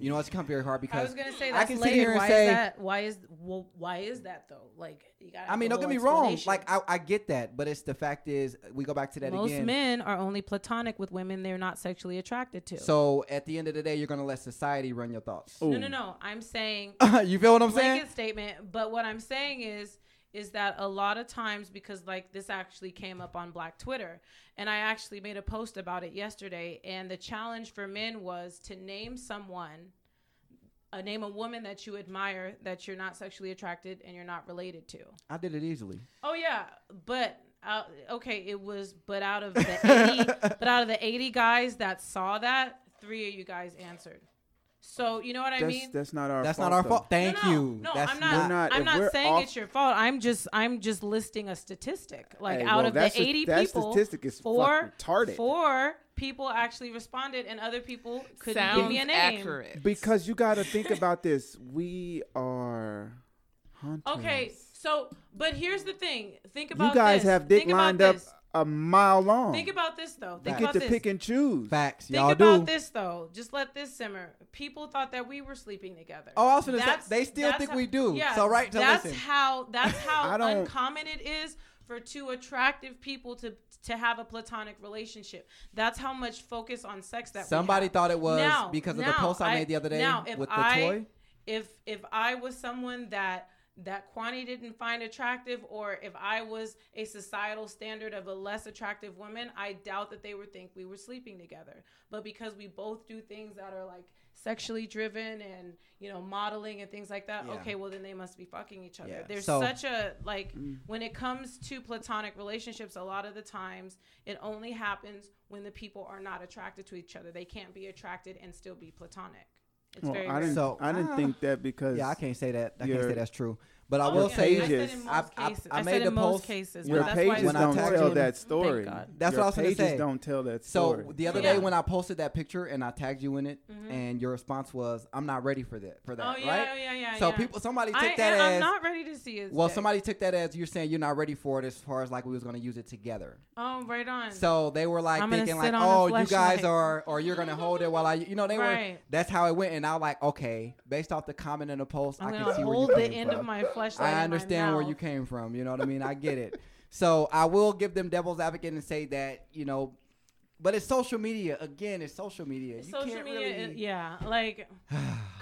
You know, it's come very hard I because was gonna say I that's can sit layered. here and why say- is that? Why is well, why is that though? Like you got. I mean, don't get me wrong. Like I, I get that, but it's the fact is we go back to that Most again. men are only platonic with women they're not sexually attracted to. So at the end of the day, you're gonna let society run your thoughts. no, no, no. I'm saying you feel what I'm saying? blanket statement. But what I'm saying is is that a lot of times because like this actually came up on Black Twitter and I actually made a post about it yesterday and the challenge for men was to name someone uh, name a woman that you admire that you're not sexually attracted and you're not related to. I did it easily. Oh yeah, but uh, okay, it was but out of the 80, but out of the 80 guys that saw that, 3 of you guys answered. So, you know what I that's, mean? that's not our. That's fault, not our though. fault. Thank no, no, you. No, That's I'm not. We're not- I'm if not we're saying off- it's your fault. I'm just. I'm just listing a statistic. Like Hey, out well, of the that's a- 80 that people, statistic is four fucking retarded. Four people actually responded, and other people couldn't Sounds give me a name. accurate. Because you got to think about this. We are hunters. Okay, so but here's the thing. Think about You guys this. have dick Think about lined up this. a mile long. Think about this though. you Think get about to this. pick and choose. Facts. Think y'all about do. this though. Just let this simmer. People thought that we were sleeping together. Oh, I was gonna say That's- they still that's think how- we do. yeah, So right to that's listen. how that's how I don't- uncommon it is for two attractive people to to have a platonic relationship. That's how much focus on sex that we Somebody have. thought it was Now- because of the now post I, I- made the other day now, if with the I- toy. If if I was someone that that Kwani didn't find attractive, or if I was a societal standard of a less attractive woman, I doubt that they would think we were sleeping together. But because we both do things that are like sexually driven and you know modeling and things like that, Yeah. okay, well then they must be fucking each other. Yeah, There's so- such a like when it comes to platonic relationships, a lot of the times it only happens when the people are not attracted to each other. They can't be attracted and still be platonic. It's Well, very I rare. didn't. So, I didn't ah. think that because Yeah, I can't say that. I can't say Your- that's true. But I Oh, will yeah. say I said pages- in I, most I, cases. I I made said the in most post. cases, your but that's why pages when I don't tagged tell you- that story. God. That's Your what I was gonna pages say. don't tell that So story. the other Yeah. Mm-hmm. day when I posted that picture and I tagged you in it, and your response was, "I'm not ready for that." For that, Oh yeah, right? oh yeah, yeah. so yeah. people, somebody took I, that and as I'm not ready to see it. well. Somebody took that as you're saying you're not ready for it, as far as like we was gonna use it together. Oh, right on. So they were like I'm gonna thinking sit like, on a oh, you guys fleshlight." are, or you're gonna hold it while I, you know, they were. Right. That's how it went, and I was like, okay, based off the comment in the post, I'm I gonna can see where hold you the came end from. of my flashlight. I understand where you came from. You know what I mean? I get it. So I will give them devil's advocate and say that you know, but it's social media. Again, it's social media. You Social can't media, really. is- yeah. Like,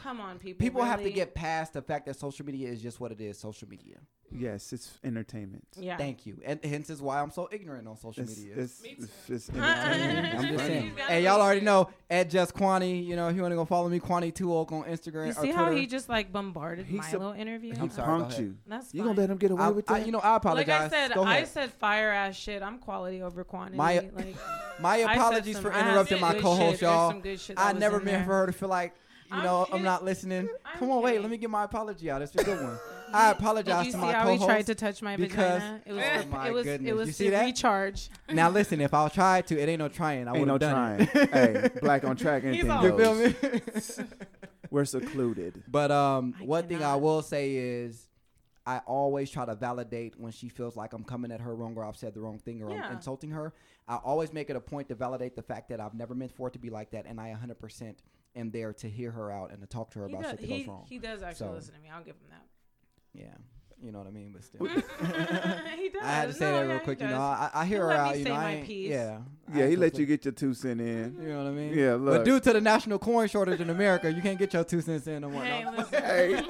come on, people. People have to really. get past the fact that social media is just what it is. Social media. yes, it's entertainment. Yeah. Thank you, and hence is why I'm so ignorant on social It's, media. it's, it's, it's entertainment. I'm It's just saying. Right. funny. He's got Hey, a y'all little already bit. know at Just Quani. You know, if you want to go follow me, Quani Two Oak on Instagram. You or see how Twitter. he just like bombarded He's my a- little interview? I'm He sorry, go punked ahead. you. That's You gonna fine. let him get away I, with that? I, you know, I apologize. Like I said, go I ahead. said fire ass shit. I'm quality over quantity. My- like, My I said apologies some- for I had interrupting some my good co-host, shit. There's y'all. some good shit I that was never in meant there. for her to feel like, you I'm know, I'm kidding. not listening. I'm Come on, wait. Let kidding. me get my apology out. It's a good one. I Did apologize you to see my how he co-host. tried to touch my because- vagina? It was, Oh for- my it was, goodness. It was You see to that? recharge. now listen, if I tried to, it ain't no trying. I would have Ain't no done trying. it. hey, black on track. Anything all- You feel goes. me? We're secluded. But um, I one thing I cannot. will say is, I always try to validate when she feels like I'm coming at her wrong or I've said the wrong thing or I'm Yeah. insulting her. I always make it a point to validate the fact that I've never meant for it to be like that, and I 100% am there to hear her out and to talk to her He about does, shit that he, goes wrong. he does actually So- listen to me. I'll give him that. yeah, you know what I mean. But still, he does. I had to say No, that yeah, real he quick. You know, does. I, I hear He her let me out. you say know, I my ain't- piece. yeah, I Yeah, ain't he let you conflict- get your two cent in. You know what I mean? Yeah, But look. due to the national coin shortage in America, you can't get your two cents in no more. Hey, No. listen. Hey.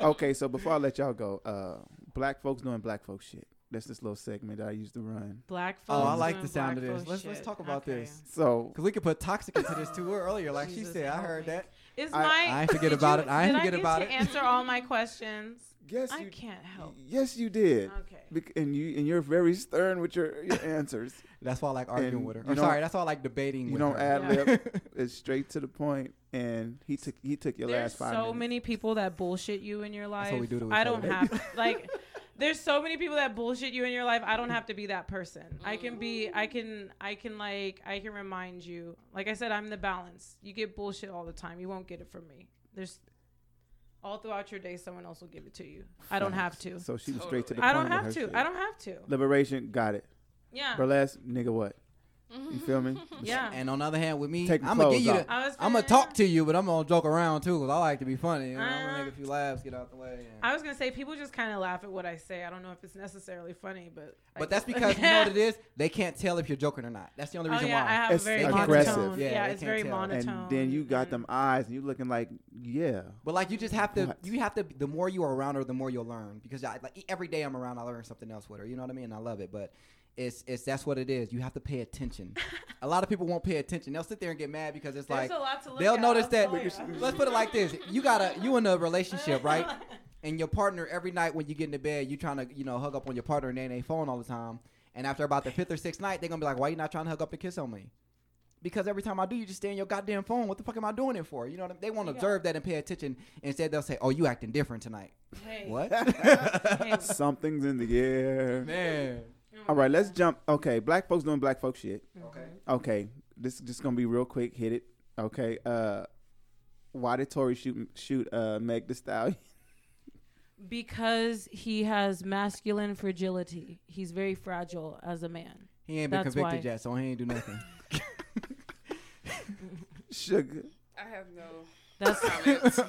Okay, so before I let y'all go, uh, black folks doing black folk shit. That's this little segment that I used to run. Black folks. Oh, I like doing the sound of black this. folk Let's let's shit. talk about Okay. this. So Cause we could put toxic into this too earlier, like she Jesus said. I help heard me. that. Is I- my I ain't forget did about you- it. I ain't did forget get about to it. Answer all my questions. yes, I you can't help. yes you did. Okay. Bec- and you and you're very stern with your, your answers. That's why I like arguing And with her. you I'm don't- sorry, that's why I like debating. You with don't her. ad Yeah. lib. It's straight to the point. And he took he took your There's last five. so minutes. many people that bullshit you in your life. That's what we do to each I don't other. have like. There's so many people that bullshit you in your life. I don't have to be that person. I can be. I can. I can like. I can remind you. Like I said, I'm the balance. You get bullshit all the time. You won't get it from me. There's all throughout your day, someone else will give it to you. I don't have to. So she was straight to the I point. don't with have her to. shit. I don't have to. Liberation got it. Yeah. Burlesque nigga what? You feel me? Yeah. And on the other hand, with me, Take the I'm gonna give clothes you. off. The, I was I'm gonna finna- talk to you, but I'm gonna joke around too, cause I like to be funny. You know, I'm Uh-huh. gonna make a few laughs, get out the way. and- I was gonna say people just kind of laugh at what I say. I don't know if it's necessarily funny, but I but that's guess- because you know what it is. They can't tell if you're joking or not. That's the only Oh reason yeah, I why. have It's a very aggressive. monotone. Yeah, Yeah, they it's can't very tell. monotone. and then you got them eyes, and you looking like, yeah. but like you just have to, What? you have to. The more you are around her, the more you'll learn. Because I, like e, every day I'm around, I learn something else with her. You know what I mean? I love it. But it's it's that's what it is. You have to pay attention. a lot of people won't pay attention. They'll sit there and get mad because it's There's like a lot to look they'll at. notice I'll that. tell ya. Let's put it like this: you gotta you in a relationship, right? and your partner every night when you get into bed, you trying to you know hug up on your partner and they on their phone all the time. And after about the fifth or sixth night, they're gonna be like, "Why you not trying to hug up and kiss on me?" Because every time I do, you just stay in your goddamn phone. What the fuck am I doing it for? You know what I mean? They won't Yeah. observe that and pay attention. Instead, they'll say, "Oh, you acting different tonight." Hey, What? hey. Something's in the air. Man. All right, let's jump. Okay, black folks doing black folk shit. Okay. Okay, this is just gonna be real quick. Hit it. Okay. Uh, why did Tory shoot shoot uh Meg the Stallion? Because he has masculine fragility. He's very fragile as a man. He ain't been That's convicted why. yet, so he ain't do nothing. Sugar. I have no That's comments.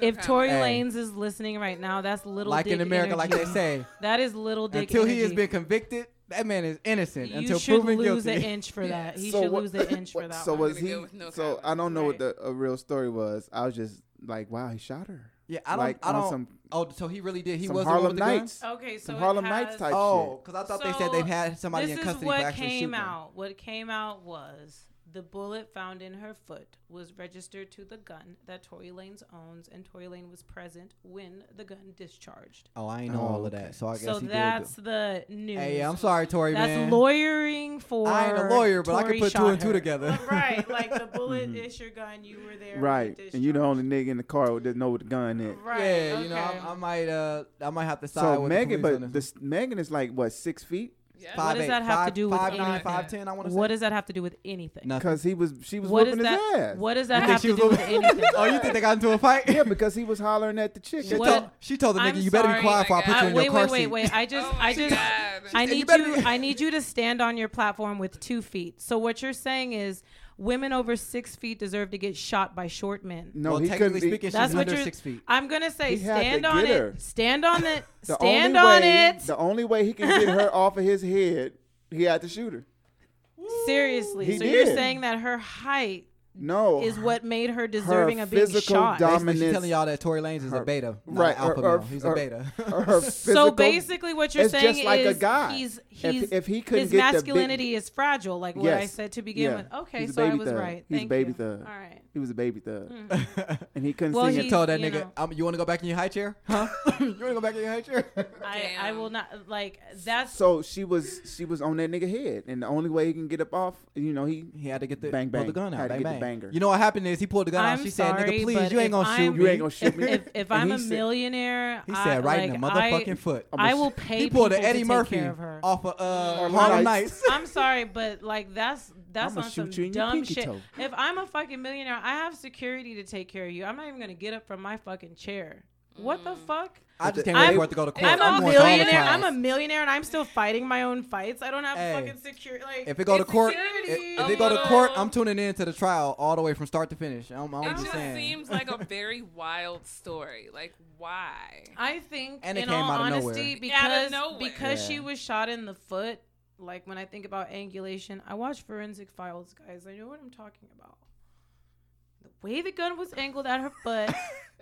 if Tory Hey. Lanez is listening right now, that's little like dick in America, like they energy. say, That is little dick until he has energy. been convicted, that man is innocent You until should proven lose guilty. an inch for that. He So should what- lose an inch for what- that. So one. was I'm gonna he? go with no so I comment. don't know Right. what the a real story was. I was just like, wow, he shot her. yeah, I don't. like I on don't. some oh, so he really did. He some was the one with Harlem the gun? Nights, okay, so some it Harlem has- Nights type Oh, because I thought they said So, they've had somebody this in is custody for what actually came shooting. out. What came out was the bullet found in her foot was registered to the gun that Tory Lanez owns, and Tory Lane was present when the gun discharged. Oh, I ain't know Oh, all of okay. that, so I guess So he that's the did. news. do- Hey, I'm sorry, Tori, That's man. lawyering for. I ain't a lawyer, but I Tory can put two shot and two her. together. Mm-hmm. right, like the bullet is your gun. You were there. when it right? And you the discharged. only nigga in the car that didn't know what the gun is. Right. yeah, okay. you know, I, I might, uh, I might have to side So with Megan, the police on but this this Megan is like what six feet Yeah. one. What does Five that eight, have to five- do with five nine, anything? five ten, I want to say. what does that have to do with anything? Nothing. because he was she was What does whooping his that? ass. What does You that think have she to was do with looking- anything? oh, you think they got into a fight? Yeah, because he was hollering at the chick. she, What? told, she told the nigga, I'm you better be sorry, Uh, quiet before I like, put I- you in wait, your car wait, wait, seat. wait. I just, Oh my I just, God. I And you need better you. be- I need you to stand on your platform with two feet. So what you're saying is, women over six feet deserve to get shot by short men. No, well, he couldn't technically be. speaking, she's That's what under you're- six feet. I'm gonna say, He had to stand on get it. her. Stand on it. the stand only on way, it. The only way he can get her off of his head, he had to shoot her. Seriously. He so you're did. saying that her height No, is what made her deserving of being physical shot. dom- Basically, she's dominance- telling y'all that Tory Lanez is a Her- beta, not right, An alpha or- or- male. He's a or- beta. Or her physical. so basically, what you're it's saying just like a is guy. he's If- he's if he couldn't his get the big- masculinity is fragile, like what I Yes. said to begin Yeah. with. Okay, He's a so I baby was thug. right. He's a Thank baby you. thug. All right. he was a baby thug, and he couldn't Hmm. Well, sing You he- it. told that you nigga, know. um, you want to go back in your high chair? Huh? you want to go back in your high chair? I, I Damn. will not like that's So she was she was on that nigga head, and the only way he can get up off, you know, he He had to get the Bang, pull the bang. gun out. Had to bang, get the bang. banger. You know what happened is he pulled the gun out. I'm She said, "Nigga, sorry, please, but you ain't if gonna shoot I'm- me." you ain't gonna shoot if, me. if, if And I'm he a said- millionaire, he I, said, "Right in like, the motherfucking foot." I'm a I, I sh- will pay. He pulled people an to Eddie take Murphy care of her. off of uh, Or Harlem Nights. Nights. I'm sorry, but like that's that's I'ma on some shoot you in your dumb pinky shit. toe. If I'm a fucking millionaire, I have security to take care of you. I'm not even gonna get up from my fucking chair. What the fuck? I just can't I'm- wait for it to go to court. I'm, going a to all the millionaire. I'm trials. a millionaire, and I'm still fighting my own fights. I don't have Hey, fucking security. Like, If it go to it's court, security. if, if a it go to little- court, I'm tuning in to the trial all the way from start to finish. I'm, I'm It just just saying. seems like a very wild story. Like, why? I think And it in came all out of nowhere. honesty, Out of because nowhere. because Yeah. she was shot in the foot, like when I think about angulation, I watch forensic files, guys. I know what I'm talking about. The way the gun was angled at her foot,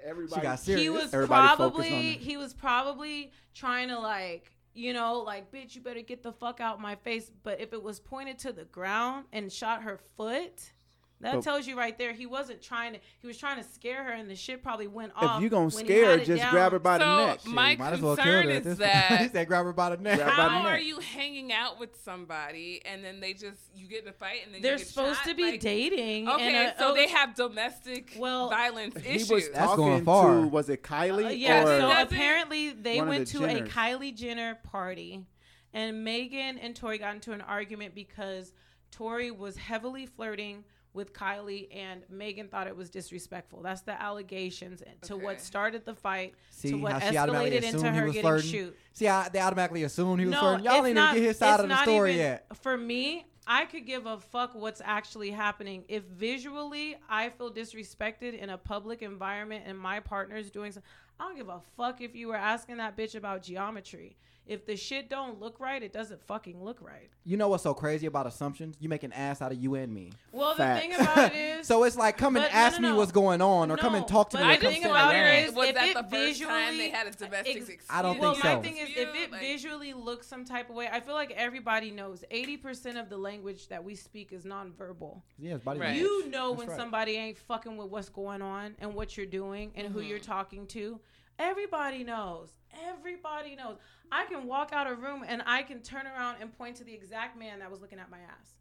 Everybody, she got serious. he was Everybody focused on probably it. he was probably trying to like you know like bitch you better get the fuck out my face. But if it was pointed to the ground and shot her foot. That But- tells you right there he wasn't trying to he was trying to scare her and the shit probably went off. if you gonna when he scare, had her, it just down. mm, grab her by the So, neck. shit. Mike- Might as well kill her. at concern is this point. that- he said, "Grab her by the neck." Grab- by the How are neck. you hanging out with somebody and then they just you get in a fight and then They're you get supposed shot? to be Like, dating. Okay, and, uh, so oh, they have domestic Well, violence he issues. was That's talking going far. to was it Kylie uh, yeah. or So Doesn't- apparently they one of went the to a Jenners. Kylie Jenner party, and Megan and Tori got into an argument because Tori was heavily flirting with Kylie, and Megan thought it was disrespectful. That's the allegations to what Okay. started the fight, See to what how she automatically escalated into assumed he her was getting flirting? shoot. See, how they automatically assumed he was no, flirting. Y'all it's ain't not, even get his side it's of the not story even- yet. For me, I could give a fuck what's actually happening. If visually I feel disrespected in a public environment and my partner's doing something, I don't give a fuck if you were asking that bitch about geometry. If the shit don't look right, it doesn't fucking look right. You know what's so crazy about assumptions? You make an ass out of you and me. Well, Facts. the thing about it is, so it's like come and But no, ask no, me no. what's going on, or come and No, talk to but me. Or I come think sit about it down. is- was if that it the first time visually- they had a domestic Ex- dispute? I don't well, think my so. thing is, if it visually looks some type of way, I feel like everybody knows 80% of the language that we speak is nonverbal. Yes, body Right. language. You know That's when right. somebody ain't fucking with what's going on and what you're doing and who Mhm. you're talking to. Everybody knows. Everybody knows. I can walk out a room and I can turn around and point to the exact man that was looking at my ass.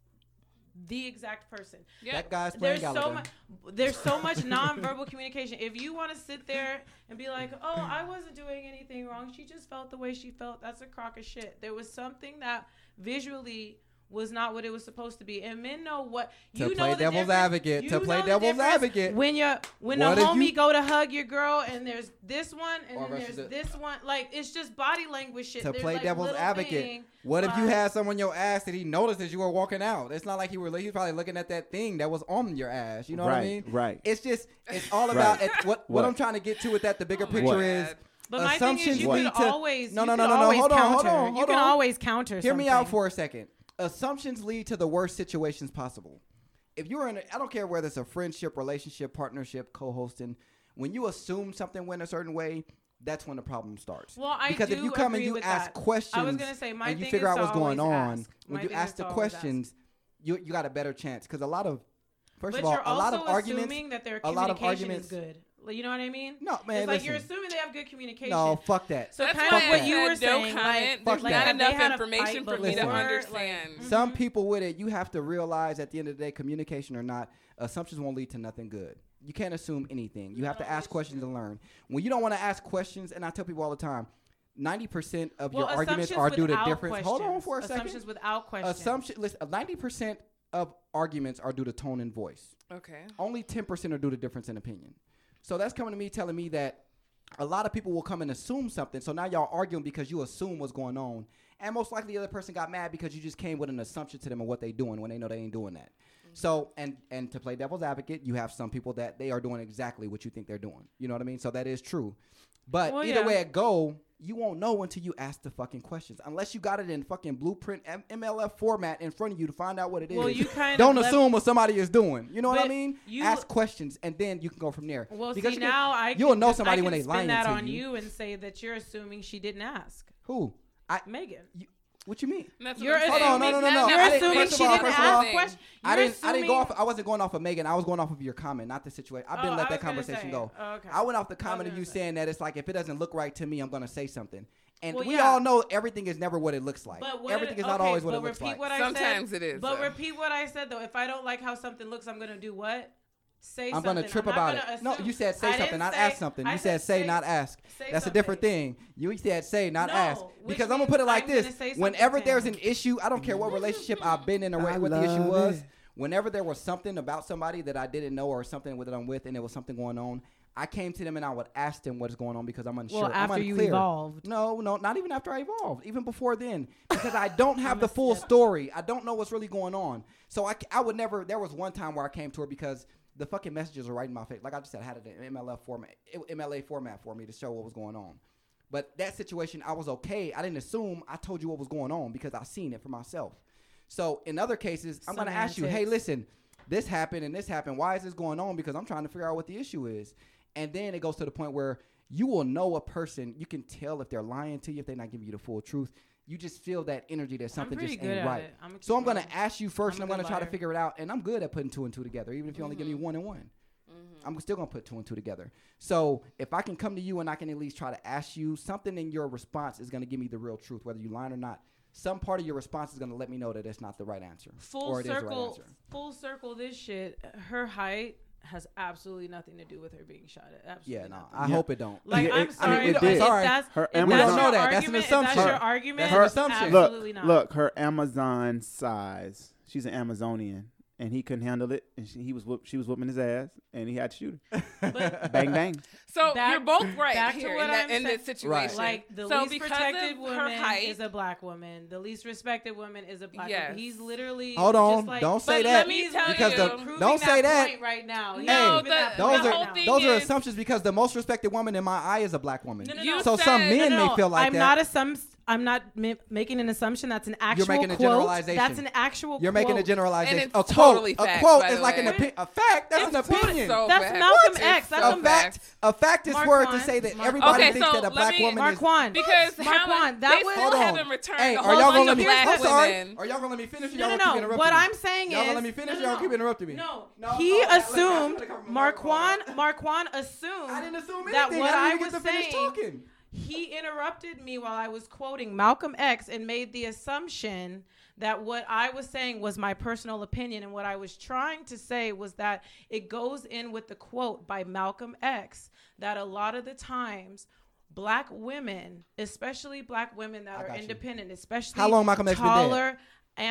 The exact person. yeah. that guy's playing There's Gallagher. so much. There's so much nonverbal communication. If you want to sit there and be like, "Oh, I wasn't doing anything wrong. She just felt the way she felt." That's a crock of shit. There was something that visually was not what it was supposed to be. And men know what to play you know the devil's difference- advocate. you To play know the devil's difference advocate. When you when What a if homie you- go to hug your girl and there's this one and Or then versus there's the- this one, like it's just body language shit. To There's, play like, devil's little advocate. thing. What if you Why? had someone on your ass that he noticed as you were walking out? It's not like he were he was probably looking at that thing that was on your ass. You know right, what I mean? Right. It's just it's all Right. about it, what, what What? I'm trying to get to with that. The bigger Oh my picture God. is But my thing is, Assumptions you lead can to- always No, you no, can no, no, no. always Hold on, hold counter. on, You hold can on. always counter. Hear me out something. for a second. Assumptions lead to the worst situations possible. If you're in, a, I don't care whether it's a friendship, relationship, partnership, co-hosting. When you assume something went a certain way, that's when the problem starts. Well, I because if do you come and agree you with ask that. questions, I was gonna say my and you thing figure is out to what's going always on, ask. when My you thing ask is the to always ask. questions, you you got a better chance. Because a lot of, first but of all, you're a lot also of arguments. assuming that their a lot of communication arguments- is good. Like, You know what I mean? No man, it's like you're listen. assuming they have good communication. No, fuck that. So That's kind why of what I you said were no saying, comment. like, There's like, not if they enough had a information fight for me to before, like, understand. mhm. Some people with it, you have to realize at the end of the day, communication or not, assumptions won't lead to nothing good. You can't assume anything. You have to ask questions and learn. When you don't want to ask questions, and I tell people all the time, ninety percent of well, your arguments assumptions are due to without difference. Hold on questions. for a Assumptions second. without questions. Assumption. Listen, ninety percent of arguments are due to tone and voice. okay. Only ten percent are due to difference in opinion. So that's coming to me telling me that a lot of people will come and assume something. So now y'all arguing because you assume what's going on, and most likely the other person got mad because you just came with an assumption to them of what they doing when they know they ain't doing that. Mm-hmm. So and and to play devil's advocate, you have some people that they are doing exactly what you think they're doing. You know what I mean? So that is true. But Well, either yeah. way it go, you won't know until you ask the fucking questions. Unless you got it in fucking blueprint M- MLF format in front of you to find out what it is. Well, you kind of Don't left- assume what somebody is doing. You know what I But mean? you- ask questions and then you can go from there. Well, Because see you can- now I you'll can know just- I somebody can when they spin lying that to on you. you and say that you're assuming she didn't ask Who? I. Megan. What you mean? And that's what You're I'm assuming- saying. Hold on, no, no, no, no. That- I You're that's didn't- assuming the first of she all- didn't first of all- ask questions. I You're didn't. I didn't go assuming- off. I wasn't going off of Megan. I was going off of your comment, not the situation. I've been Oh, let that I was gonna conversation say. go. Oh, okay. I went off the was comment of gonna you say. saying that it's like if it doesn't look right to me, I'm going to say something. And Well, we yeah. all know everything is never what it looks like. But what Everything it, is not okay, always what but it looks repeat like. What I Sometimes said, it is, But though. repeat what I said though. If I don't like how something looks, I'm gonna do what? Say I'm something. gonna trip I'm about not gonna it. No, assume. you said say I didn't something, not say- ask something. I You said say, not ask. say That's a different something. thing. You said say, not No, ask. which Because I'm gonna means put it like I'm gonna say this: something whenever to there's him. an issue, I don't care what relationship I've been in or I what, what the issue love was. it. Whenever there was something about somebody that I didn't know or something that I'm with, and there was something going on, I came to them and I would ask them what's going on because I'm unsure. Well, I'm after you unclear. evolved. No, no, not even after I evolved, even before then, because I don't have the a full step. story. I don't know what's really going on. So I, c- I would never. There was one time where I came to her because the fucking messages were right in my face. Like I just said, I had it in MLF format, it- MLA format for me to show what was going on. But that situation, I was okay. I didn't assume. I told you what was going on because I seen it for myself. So in other cases, I'm going to ask you, hey, Semantics. listen, this happened and this happened. Why is this going on? Because I'm trying to figure out what the issue is. And then it goes to the point where you will know a person. You can tell if they're lying to you, if they're not giving you the full truth. You just feel that energy that something pretty just good ain't at right. it. I'm a so I'm keeper. gonna ask you first, and I'm a I'm gonna good try to liar. Mm-hmm. figure it out. And I'm good at putting two and two together, even if you only give me one and one. I'm still gonna put two and two together. So if I can come to you and I can at least try to ask you something in your response is gonna give me the real truth, whether you lying or not. Some part of your response is gonna let me know that it's not the right answer. full or it is the right circle. answer. full circle. This shit. Her height has absolutely nothing to do with her being shot at. Absolutely Yeah, no. nothing. I Yeah. hope it don't. Like Yeah, it- I I'm mean, sorry, it but did. if Sorry. that's Her if Amazon- that's We don't know your that. That's an argument, if that's assumption. your Her- argument. that's her assumption. Absolutely look, not. Look, her Amazon size. She's an Amazonian, and he couldn't handle it, and she, he was whoop, she was whooping his ass, and he had to shoot her. But bang bang. So Back- you're both right back to here what in, that, I'm in this saying. Right. situation. Like the So least because protected of woman her height, is a black woman. The least respected woman is a black Yes. woman. He's literally Hold just on, like- don't say but that, Let me tell because you, the- proving don't say that. point right now. He's No, proving the- that Those point are right whole now. thing those are is- assumptions because the most respected woman in my eye is a black woman. No, no, you no. So some said- men No, no, may feel like I'm that. not assum- I'm not ma- making an assumption. That's an actual making a quote. generalization. That's an actual. You're making a quote. generalization. And it's a quote, totally a fact, quote by is the like an way. opi- a fact. That's It's an quote is opinion. so That's bad. Malcolm It's X. That's so a a fact. A fact is Mark word to Kwan. say that Mark everybody Kwan. thinks Okay, that so a black let me- woman is. Marquand. Because how Marquand, much- that they was- still Hold on. haven't returned Hey, a are whole y'all gonna bunch let of me? black I'm sorry. women. Are y'all gonna let me finish? or No, y'all gonna no, keep no. interrupting What me? I'm saying Y'all is, gonna let me finish? no, or no, y'all keep no. interrupting me. No, No, he no, that's- assumed. that's gonna come from my Marquand, phone. Marquand assumed I didn't assume anything. that what I, I, didn't even was get to finish saying. talking. He interrupted me while I was quoting Malcolm X and made the assumption that what I was saying was my personal opinion. And what I was trying to say was that it goes in with the quote by Malcolm X that a lot of the times, black women, especially black women that I got are you. independent, especially How long Malcolm X been dead? taller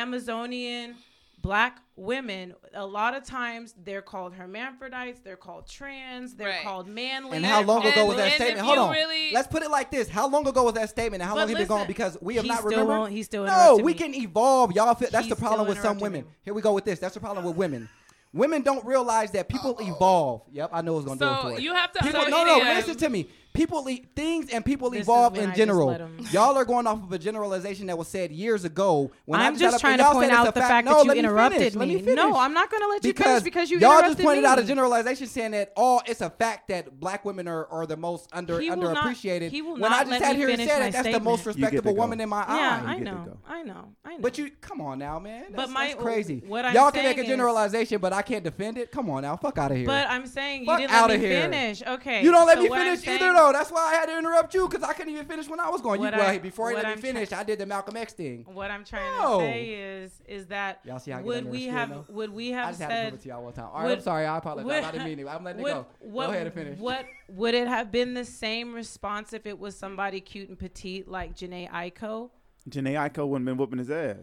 Amazonian black women, a lot of times they're called hermaphrodites, they're called trans, they're Right. called manly. And how long ago was that and if statement? you Hold on. really- Let's put it like this: How long ago was that statement, and how But long he been listen, gone? Because we have he not still remembered. won't- he still No, interrupted we me. can evolve. Y'all, feel, that's He the problem still with some interrupted women. me. Here we go with this. That's the problem with women. Women don't realize that people evolve. Yep, I know it's gonna So do it for it. you have to People, so no, no, it is- listen to me. People, e- things and people This is evolve when I in just general. let 'em. Y'all are going off of a generalization that was said years ago. When I I'm just got up trying and to y'all point said it's out a the fact No, that you let interrupted me. Finish. Let me. me finish. No, I'm not going to let you finish because you y'all interrupted just pointed me. out a generalization saying that all it's a fact that black women are, are the most under He will not- underappreciated. he will when not I just let sat me here and finish said my it, that's the most statement. You get to respectable go. woman in my Yeah, eye. I get to know, go. I know, I know. But you come on now, man. That's, But my- that's crazy. what I'm y'all can make a saying is- generalization, but I can't defend it. Come on now, fuck out of here. But I'm saying you Fuck didn't outta let me here. finish. Okay. you don't let so me what I'm finish saying- either, though. That's why I had to interrupt you because I couldn't even finish when I was going. You, What well, I- hey, before you what let me I'm finish, trying- I did the Malcolm X thing. What I'm trying No. to say is, is that Y'all see how I get would under the we skin, have, though? would we I have just had to said, prove it to y'all one time. All right, I'm would- sorry. I apologize. would- I didn't mean it. I'm letting it Would- go. What, go ahead and finish. What would it have been the same response if it was somebody cute and petite like Janae Aiko? Janae Aiko wouldn't been whooping his ass.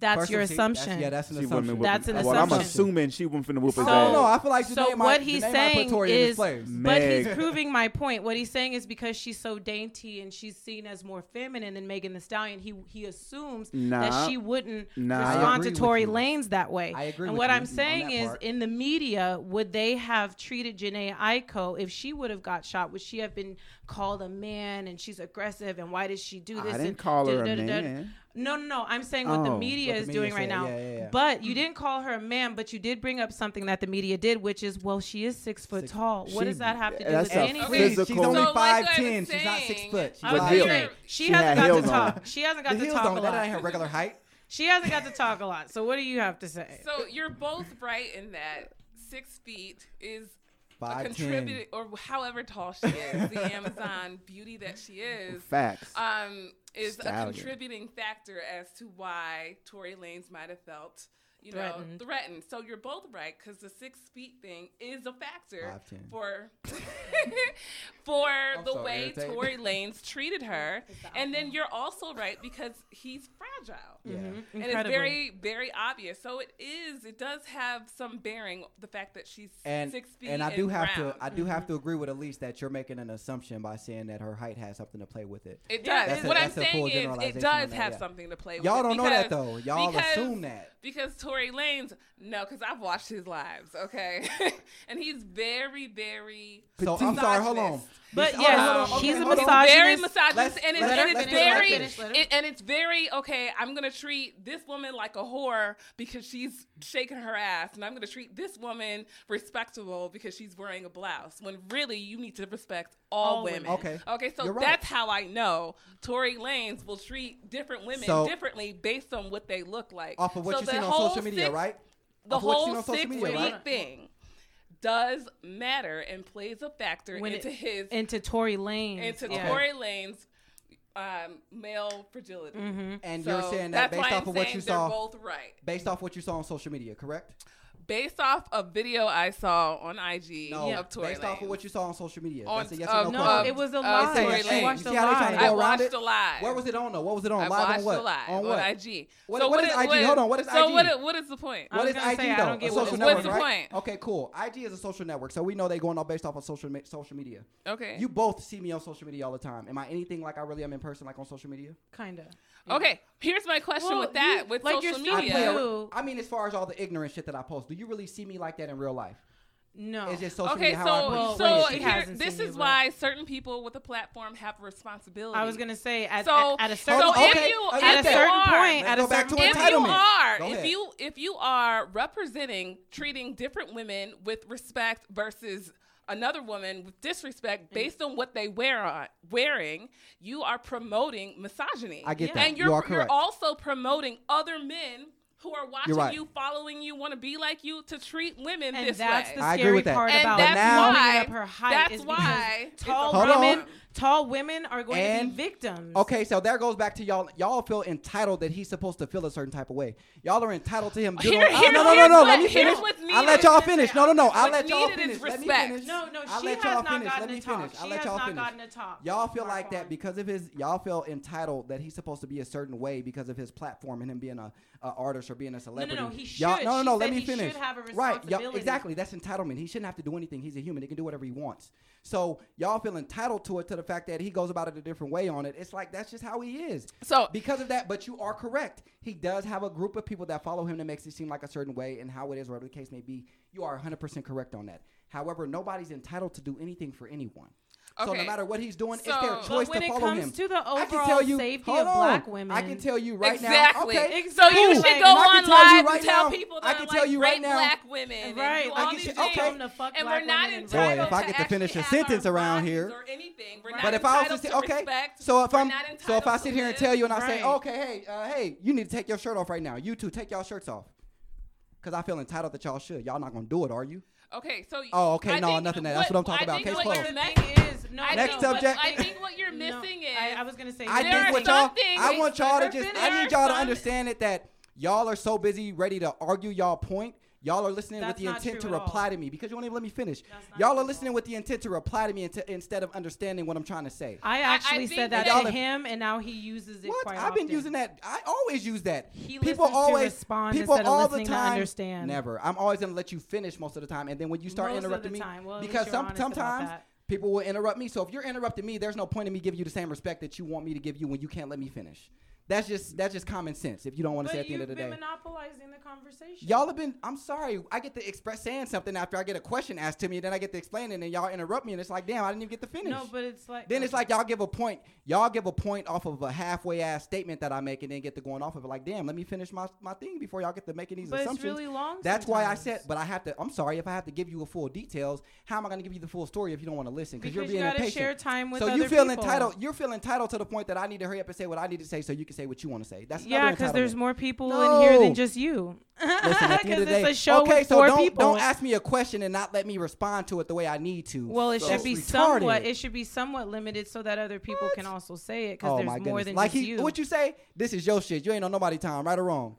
That's First your of all, see, that's- assumption. yeah, that's an She wouldn't been assumption. whooping. That's an well, I'm assumption. assuming she wouldn't finna whoop his I So- don't ass. know. I feel like so Janae might, what Janae he's might saying put Tori in his is- place. But he's Meg. proving my point. What he's saying is because she's so dainty and she's seen as more feminine than Megan the Stallion, he he assumes Nah. that she wouldn't Nah. I respond agree to with Tory you. Lanez that way. I agree And with what you I'm on saying that is, part. in the media, would they have treated Janae Aiko if she would have got shot? Would she have been called a man and she's aggressive and why did she do I this? didn't and call her a da-da-da-da-da? man. No, no, no. I'm saying what Oh, the what media the is media doing right said. now. Yeah, yeah, yeah. But you didn't call her a man, but you did bring up something that the media did, which is, well, she is six foot Six- tall. What she- does that have to do that's with a anything? freak. She's, she's Physical- only So, like I five was ten. She's not six saying, foot. She's I was like The heels. saying she, She had hasn't got to heels on. talk. She hasn't got the to heels talk a don't. That lot. ain't her regular height. She hasn't got to talk a lot. So what do you have to say? So you're both right in that six feet is a Five ten. contributor, or however tall she is, the Amazon beauty that she is, Facts. um, is a Stallion. contributing factor as to why Tory Lanez might have felt. You know, Threatened. threatened. So you're both right because the six feet thing is a factor 5'10". for for I'm the so way irritated. Tory Lanez treated her. And then you're also right because he's fragile. Yeah. And it's very, very obvious. So it is. It does have some bearing the fact that she's And six feet. and I do have round. Mm-hmm. to I do have to agree with Elise that you're making an assumption by saying that her height has something to play with it. It Yeah, does. that's a- what I'm that's a full saying is, generalization it does on that, have yeah. something to play with. Y'all it don't know that because- though. Y'all because- assume that. Because Tory Lanez, no, because I've watched his lives, okay, and he's very, very. So I'm sorry. Hold on. misogynist. But Hold yes, on, hold on, he's okay, a hold on. misogynist. very misogynist, Let's- and it's, let and her it's finish, let her very, finish, let her- it- and it's very okay. I'm gonna treat this woman like a whore because she's shaking her ass, and I'm gonna treat this woman respectable because she's wearing a blouse. When really, you need to respect all, All women. women. Okay. okay, so You're right. that's how I know Tory Lanez will treat different women So- differently based on what they look like. Off of what So you've the seen on whole social media, six- right? The Off of what you've seen whole on social six media, week right? thing does matter and plays a factor When into it- his into Tory Lane. into Yeah. Tory Lane's um, male fragility. hmm And So you're saying that that's why based off I'm of what saying you they're saw, both right. based off what you saw on social media, correct? based off a video I saw on IG No, of Tory based off of Lanez. what you saw on social media. On- That's a yes uh, or no, no, No, question. it was a Uh, lie. Tory she Lanez. watched You a see how they trying to I go lie. around watched it? a live. Where was it on though? What was it on? I live watched on what? a live on what? IG. What- so what is IG? Hold on, what is so IG? What, what is the point? I What was is gonna IG say, I though? don't get a what social it is. network, What's the right? point? Okay, cool. IG is a social network, so we know they going all based off of social me- social media. Okay. You both see me on social media all the time. Am I anything like I really am in person, like on social media? Kinda. okay. Here's my question Well, with that you- with like, you're social still I, media. play ar- Ew. I mean, as far as all the ignorant shit that I post, do you really see me like that in real life? No. Is it social Okay, media how so I so present she shit? here- hasn't this seen is you, why certain people with a platform have a responsibility. I was gonna say at, So- at, at a so certain if point, you- at if a you certain are- point, Let's at a go back certain to if point, you entitlement. are Go if ahead. you if you are representing treating different women with respect versus another woman with Mm. disrespect based on what they wear on wearing you are promoting misogyny I get Yeah. that. and you're you are you're correct. also promoting other men who are watching right. you following you want to be like you to treat women and this that's way the I agree scary with that. part And about that's Now- bringing why- up her height that's is because why it's tall a Hold women, on. tall women are going And- to be victims. Okay, so there goes back to y'all. Y'all feel entitled that he's supposed to feel a certain type of way. Y'all are entitled to him. doing- Here- Oh, here- no, no, no, here's no. what- let me here's finish. what's I'll let needed. y'all finish. No, no, no. I'll What's let y'all needed finish. is Let me respect. finish. No, no, she I'll let has y'all not finish. gotten Let me to talk. finish. I'll She let has y'all not finish. gotten to talk. Y'all feel Mark like that on. because of his. Y'all feel entitled that he's supposed to be a certain way because of his platform and him being a, a artist or being a celebrity. he Y'all, should. no, no, She no. said Let me he should finish. have a Right. Y'all, responsibility. exactly. That's entitlement. He shouldn't have to do anything. He's a human. He can do whatever he wants. So y'all feel entitled to it to the fact that he goes about it a different way on it. It's like that's just how he is so because of that. But you are correct. He does have a group of people that follow him that makes it seem like a certain way, and how it is, whatever the case may be. You are 100% correct on that. However, nobody's entitled to do anything for anyone. So no Okay. matter what he's doing, it's their So- choice But when to it follow comes him. to the I overall can tell you, safety hold of on. black women, I can tell you right exactly. now. Okay. So you Exactly. should Like, go and I can tell on you live right and tell now- people I that can like, tell you rape right now- black women Right. and do I all can these tell- things. okay. And Tell 'em to fuck we're black not women and rape entitled Boy, if I get to actually finish a have sentence our around bodies here- or anything. We're But not if I was entitled to say, to okay, respect. so if We're I'm, not so if I entitled sit to here and live. tell you and I say, Right. okay, hey, uh, hey, you need to take your shirt off right now. You two, take y'all shirts off, cause I feel entitled that y'all should. Y'all not gonna do it, are you? okay, so Oh, okay, I no, think nothing. That's what I'm talking I about. think Case what closed. you're The me- thing is, no, I no, Next think what- subject. I think what you're missing is I, I was gonna say. I There think are what some y'all. I things- want y'all to Let her just. finish. I need There are y'all to some- understand it that y'all are so busy, ready to argue y'all point. Y'all are listening That's with the not intent to true at all. reply to me because you won't even let me finish. not Y'all true are at listening all. with the intent to reply to me int- instead of understanding what I'm trying to say. I actually think said that that- to him, and now he uses it What? quite I've been often. using that. I always use that. He people listens to always respond people instead of all listening the to time. understand. Never. I'm always gonna let you finish most of the time, and then when you start Most of the interrupting me, time. Well, at least because you're some honest about sometimes that. people will interrupt me. So if you're interrupting me, there's no point in me giving you the same respect that you want me to give you when you can't let me finish. That's just that's just common sense. If you don't want to say at But the end you've of the been day. monopolizing the conversation. Y'all have been. I'm sorry. I get to express saying something after I get a question asked to me, and then I get to explain it, and y'all interrupt me, and it's like, damn, I didn't even get to finish. No, but it's like Then it's like y'all give a point. Y'all give a point off of a halfway ass statement that I make, and then get to going off of it. Like, damn, let me finish my, my thing before y'all get to making these But it's assumptions. really long That's why I sometimes. said. But I have to. I'm sorry if I have to give you a full details. How am I going to give you the full story if you don't want to listen? Because you're Because you being gotta impatient. share time with so you other feel people. entitled. You feel entitled to the point that I need to hurry up and say what I need to say, so you can say what you want to say. That's yeah, because because there's more people in here No. than just you. Listen, at the end of Because the day, it's a show okay, with so 4 don't people. don't ask me a question and not let me respond to it the way I need to. Well, it So should be it's somewhat. retarded. It should be somewhat limited so that other people What? can also say it because there's more than Oh, like just he, you. What you say? This is your shit. You ain't on nobody time, right or wrong.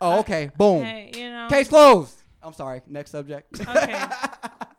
Oh, Uh, okay. Boom. Hey, you know. Case closed. I'm sorry. Next subject. um, Okay.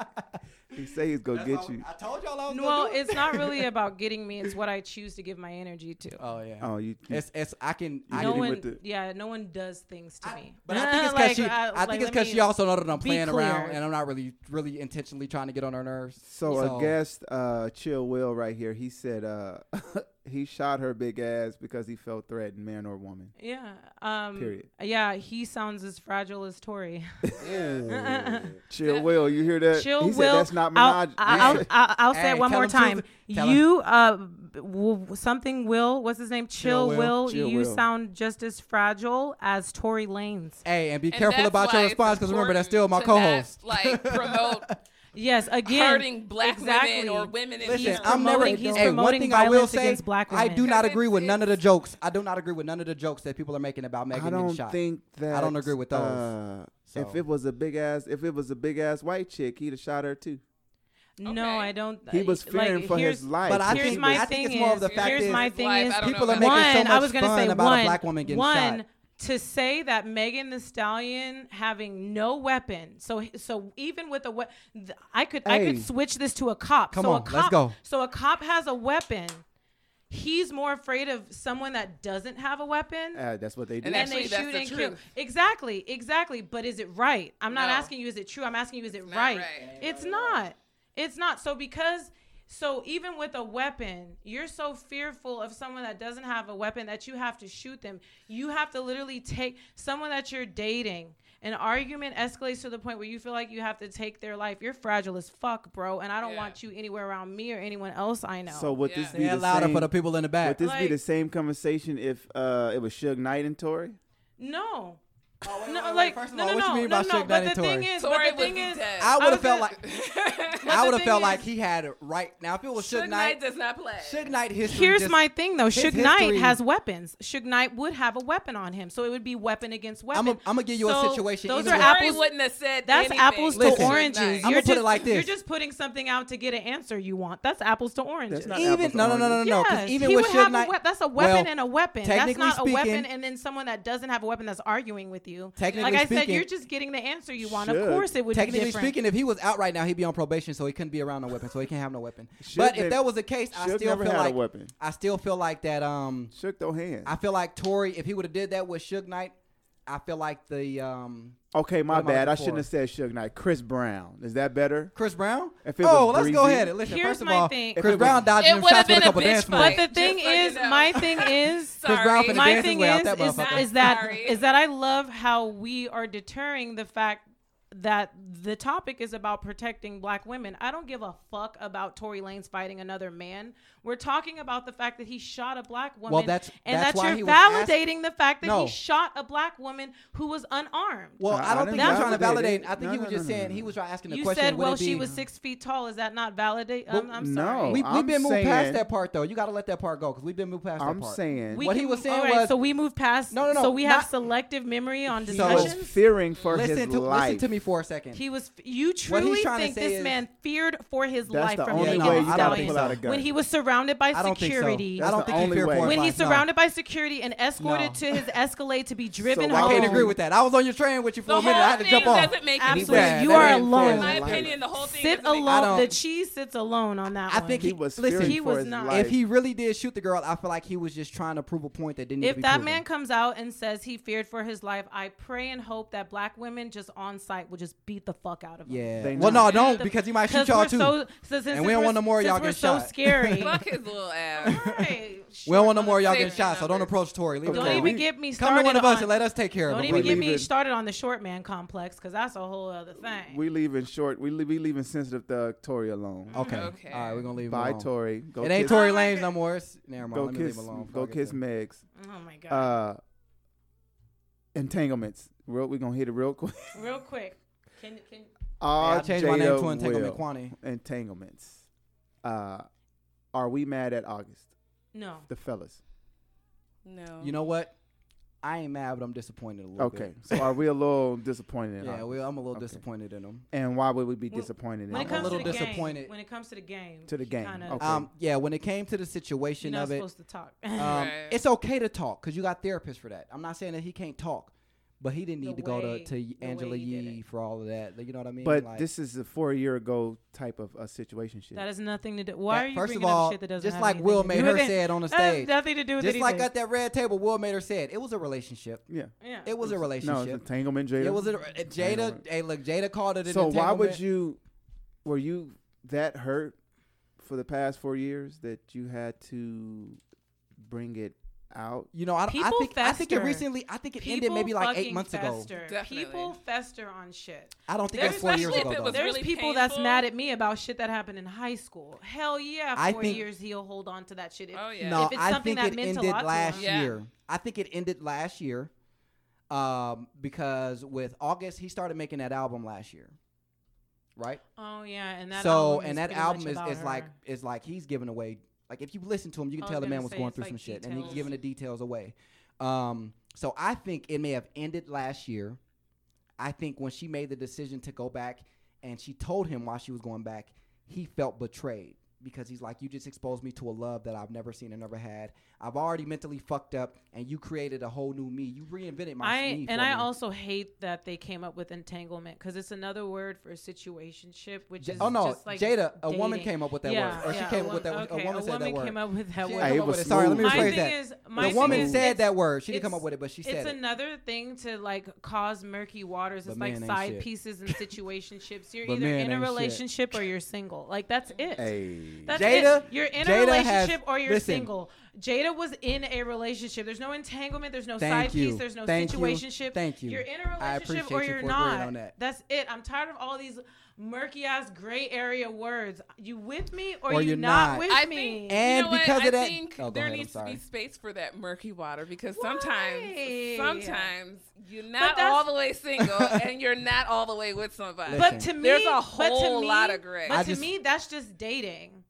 He say he's gonna get you. I told y'all I was well, it's not really about getting me. It's what I choose to give my energy to. Oh yeah. Oh, you. you- It's it's I can. I, hit no him one, with the- yeah, no one does things to me. but I think it's because Like, she. I, uh, think like, it's let because me- she also know that I'm be playing around clear. and I'm not really really intentionally trying to get on her nerves. So, a guest, uh, Chill Will, right here, he said uh, he shot her big ass because he felt threatened, man or woman. Yeah. Um, Period. Yeah, he sounds as fragile as Tori. Chill Will, you hear that? Chill he will. said that's not I'll, Minaj. I'll, I'll, I'll, I'll say Hey, it one tell more him truth. time. Tell him. You, uh, w- something will, what's his name? Chill, Will. Will. Chill you Will. sound just as fragile as Tori Lane's. Hey, and be And careful that's about why your it's response because remember that's still my important to co-host. not, Like promote Yes, again. hurting black exactly. women or women in Listen, He's general. I'm never. promoting- he's hey, one promoting thing I will violence say, against black I do women. not Because agree it's- with none of the it's- jokes. I do not agree with none of the jokes that people are making about Megan I don't and Shot. think that. I don't agree with those. Uh, So. If it was a big ass, if it was a big ass white chick, he'd have shot her too. No, Okay. I don't. He was like, fearing for here's- his life. But I He here's think- my I think was- thing it's more is, of the fact here's is my thing life, is I don't people are know. making one, so much I was gonna fun say about one, a black woman getting one, shot. to say that Megan the Stallion having no weapon. So so even with a weapon, I could I Hey. could switch this to a cop. Come so on, a let's cop, go. So a cop has a weapon. He's more afraid of someone that doesn't have a weapon. Uh, that's what they do. And and Actually, they that's shoot the and kill. truth. Exactly, exactly. But is it right? I'm not No. asking you is it true. I'm asking you is it not right? right. It's not. It's not. So because so even with a weapon, you're so fearful of someone that doesn't have a weapon that you have to shoot them. You have to literally take someone that you're dating. An argument escalates to the point where you feel like you have to take their life. You're fragile as fuck, bro, and I don't Yeah. want you anywhere around me or anyone else I know. So would this Yeah. be Say the it louder same? for the people in the would back. this be Like- the same conversation if uh, it was Suge Knight and Tory? no. Oh, wait, No, wait, wait. like First of no, all, no, what you no, mean no, by no. Suge But Knight the and thing Tory? is, Tory but the would thing be is, dead. I would have was felt gonna- like But I the would have thing felt is- like he had it right now. If it was Suge Suge Knight Knight, does not play. Suge Knight history. Here's just- my thing though. his Suge Knight history- has weapons. Suge Knight would have a weapon on him, so it would be weapon against weapon. I'm a- I'm gonna give you a So situation Those either are way. Tory apples. wouldn't have said That's anything. apples to Listen, oranges. Suge Knight. I'ma you're put just, it like You're this. just putting something out to get an answer you want. That's apples to oranges. That's not even apples no no no no oranges. no because Yes, even he with would Suge have Knight, a wep- that's a weapon well, and a weapon. That's technically not a weapon speaking- and then someone that doesn't have a weapon that's arguing with you. Technically like I said, speaking- you're just getting the answer you want. Suge, Of course, it would be Technically different. speaking, if he was out right now, he'd be on probation, so he couldn't be around no weapon, so he can't have no weapon. Suge but nev- if that was the case, I Suge still never feel had like a weapon. I still feel like that. Um, Shook their hand. I feel like Tory, if he would have did that with Suge Knight, I feel like the um okay, my What am I bad. I looking shouldn't for? have said Suge Knight. Chris Brown. Is that better? Chris Brown. If it oh, was let's go breezy- ahead and listen. Here's First of my all, thing. Chris It Brown was- dodged It him would've shots with been a a couple bitch dance fight. moves. But the thing Just so you is, know. my thing is, Sorry. Chris Brown finna my dance his thing way out is, that is, motherfucker. is that Sorry. is that I love how we are deterring the fact that the topic is about protecting black women. I don't give a fuck about Tory Lanez fighting another man. We're talking about the fact that he shot a black woman. that's- and that's that why you're he was asked- validating the fact that No. he shot a black woman who was unarmed. Well, I- I, I don't didn't think he was trying to validate validate. it. I think No, he no, was just no, no, saying no. he was trying asking the you question. said, would well, it be- she was six feet tall. Is that not validate? But I'm, I'm sorry. no. We, we've I'm been moved past saying- that part though. You got to let that part go because we've been moved past I'm that part. saying We What he can- was saying all was- so we move past. No, no, no, So we have not- selective memory on he was discussions. fearing for his listen to life. listen to me for a second. He was. You What he's truly trying to think say this is- man feared for his That's life the from only Megan way Thee you gotta Stallion. pull out a gun. When he was surrounded by I don't think so. security. I don't That's think the he feared only for way. his when life, he's no. surrounded by security and escorted No. to his Escalade to be driven So I home. can't agree with that. I was on your train with you for The a minute. I whole had to thing jump off. doesn't make any Absolutely, sense. Yeah, you that are ain't fair. In my Like- alone. opinion, the whole thing Sit doesn't make- I don't- alone. The cheese sits alone on that I one. think He was Listen, fearing he for was his not. life. If he really did shoot the girl, I feel like he was just trying to prove a point that didn't. need to If be that proven. man comes out and says he feared for his life, I pray and hope that black women just on site will just beat the fuck out of him. yeah. They well, know. no, don't because he might shoot Because y'all we're too. so, so since And we don't we're- want no more of since y'all we're getting so shot. scary. Fuck his little ass. Right. we don't want no more of y'all Sure, getting shot, so don't numbers. approach Tory. Leave Don't him Okay, even we- get me Come started. to one of us on- and let us take care of don't him. even We bro. get leave me it. started on the short man complex because that's a whole other thing. We leaving short. We leave, we leaving sensitive thug Tory alone. Okay. Okay. All right, we're gonna leave him Bye, alone. Tory. Go Oh, It ain't kiss, Tory Oh my Lanez God. no more. It's, never mind. Go Let me kiss. leave him alone. Go Fuck it. kiss Megs. oh my god! Uh, entanglements. Real, we gonna hit it real quick. Real quick, can can Hey, All I changed my name Jada to will. Entanglement Quani. Entanglements. Uh, are we mad at August? no. The fellas. No. You know what? I ain't mad, but I'm disappointed a little Okay. bit. So are we a little disappointed? In Yeah, August? we, I'm a little Okay. disappointed in him. And why would we be When- disappointed? in When it I'm a comes August? little to the disappointed. game, when it comes to the game, To the he game, kinda- okay. Um, yeah, when it came to the you're situation not of it, supposed to talk. um, Right. it's okay to talk because you got therapists for that. I'm not saying that he can't talk, but he didn't The need to go way- to, to the Angela way he did Yee for all of that. Like, You know what I mean? But Like, this is a four year ago type of a situation. Shit. that has nothing to do. Why that- are you first bringing of all, up shit that doesn't just have like anything Will to do Maher with it? said on the That has stage, nothing to do with just like anything. at that red table, Will Mader said it was a relationship. yeah. Yeah. It was a No, it's relationship. entanglement, Jada. it was a Jada. Entanglement. Hey, look, Jada called it. An so why would entanglement. you? Were you that hurt for the past four years that you had to bring it out? You know, I, don't- I People think I think it fester. recently. I think it ended People maybe like eight fucking months ago. fester. Definitely. People fester on shit. I don't think There's- it's four years especially ago if it though. was There's really people that's painful. mad at me about shit that happened in high school. Hell yeah, I four think- years he'll hold on to that shit. If- Oh yeah. No, If it's I something think that it meant a ended lot to last him. Yeah. year. I think it ended last year, um, because with August he started making that album last year, right? Oh yeah, and that so album and is that pretty much album is, about is like her. is like he's giving away like if you listen to him you can I was tell the gonna man was say, going it's through like some shit and he's details. giving the details away um so i think it may have ended last year i think when she made the decision to go back and she told him while she was going back he felt betrayed because he's like, you just exposed me to a love that I've never seen and never had. I've already mentally fucked up, and you created a whole new me. You reinvented my I me and for I me. also hate that they came up with entanglement because it's another word for situationship, which J- is oh no, just like Jada, a woman dating. came up with that word, yeah, or yeah, she came a up with that. wom- a okay, woman said that word. came up with that She word. didn't Hey, it come up was with it. Sorry, let me smooth. my rephrase thing that. is, my The thing woman is, said it's- that word. She didn't come it's- up with it, but she said it's it. another thing to like cause murky waters. But It's like men ain't side shit. pieces and situationships. You're But either men in a ain't shit. relationship or you're single. Like that's it. Hey. That's Jada- it. You're in Jada a relationship has- or you're listen. single. Jada was in a relationship. There's no entanglement. There's no Thank side you. piece. There's no Thank you. situationship. Thank you. You're in a I relationship appreciate or you for you're agreeing not. on that. That's it. I'm tired of all these murky ass gray area words. You with me or, Or you you're not, not. with I me? think, And you know because what? of I that- think Oh, go there ahead, I'm needs to sorry. be space for that murky water because Why? sometimes, sometimes you're not that's- all the way single and you're not all the way with somebody. Listen. But to me, There's a but to whole me, lot of gray. But I to just- me, that's just dating.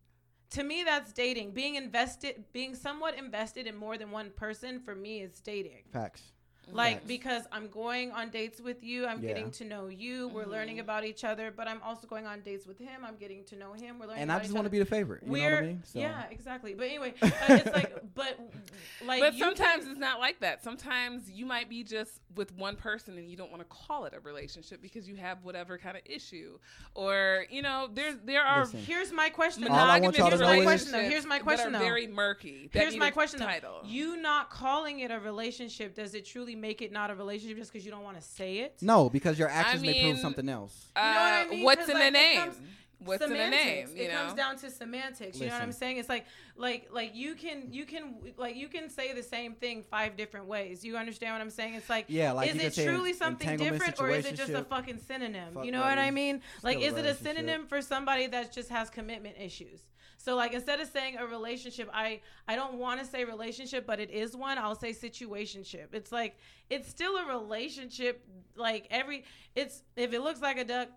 To me, that's dating. Being invested, being somewhat invested in more than one person, for me, is dating. Facts. Like Facts. because I'm going on dates with you, I'm Yeah. getting to know you, we're learning Mm-hmm. about each other, but I'm also going on dates with him, I'm getting to know him, we're learning. And I just want to be the favorite. You we're, know what I mean? Yeah, exactly. But anyway, uh, it's like, but like, but you sometimes can- it's not like that. Sometimes you might be just with one person and you don't want to call it a relationship because you have whatever kind of issue, or you know, there's there are Listen. here's my question. All I want monogamous y'all to relationships know is- Here's my question, though. Here's my question, that though. are very murky. That Here's need my a question though. Title. You not calling it a relationship, does it truly make it not a relationship just because you don't want to say it? No, because your actions may prove mean, something else. uh, know what I mean? What's 'Cause, in like, the it name? comes- What's in the name? You it know. comes down to semantics. You know what I'm Listen. saying? It's like, like, like you can, you can, like you can say the same thing five different ways. You understand what I'm saying? It's like, Yeah, like you is can it say truly something entanglement, different or is it just a situationship, fucking synonym? fuck you know what I buddies, mean? Like, still a is it a relationship. synonym for somebody that just has commitment issues? So like, instead of saying a relationship, I I don't want to say relationship, but it is one. I'll say situationship. It's like it's still a relationship. Like every, it's if it looks like a duck,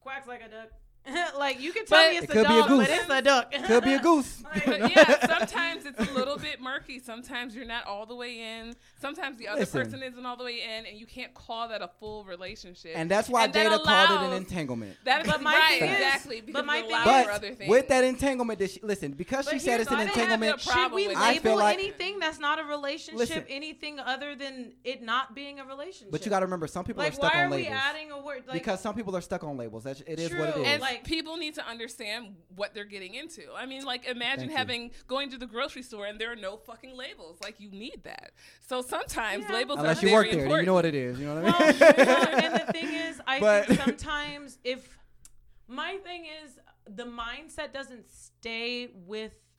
quacks like a duck. like you can tell But- me it's It a could be a dog, goose. but it's a duck. Could be a goose. Like, But yeah, sometimes it's a little bit murky. Sometimes you're not all the way in. Sometimes the other Listen. person isn't all the way in, and you can't call that a full relationship. And that's why And that Jada called it an allows- entanglement. That, But my right, thing is- exactly. but Because my it thing allows is- for But other things. with that entanglement, that she, listen, because But she said here's it's an the thing. I have entanglement, a Should we problem with label it. I feel like- anything that's not a relationship Listen. anything other than it not being a relationship? but you got to remember, some people like are stuck why are on labels. we adding a word? Like, because some people are stuck on labels. That's, it is what it True. is. and like- people need to understand what they're getting into. I mean, like imagine Thank you. having going to the grocery store and there are no fucking labels. Like you need that. So sometimes Yeah. labels Unless are you very work there, important. then you know what it is. You know what well, I mean? yeah, and the thing is, I But- think sometimes if my thing is the mindset doesn't stay with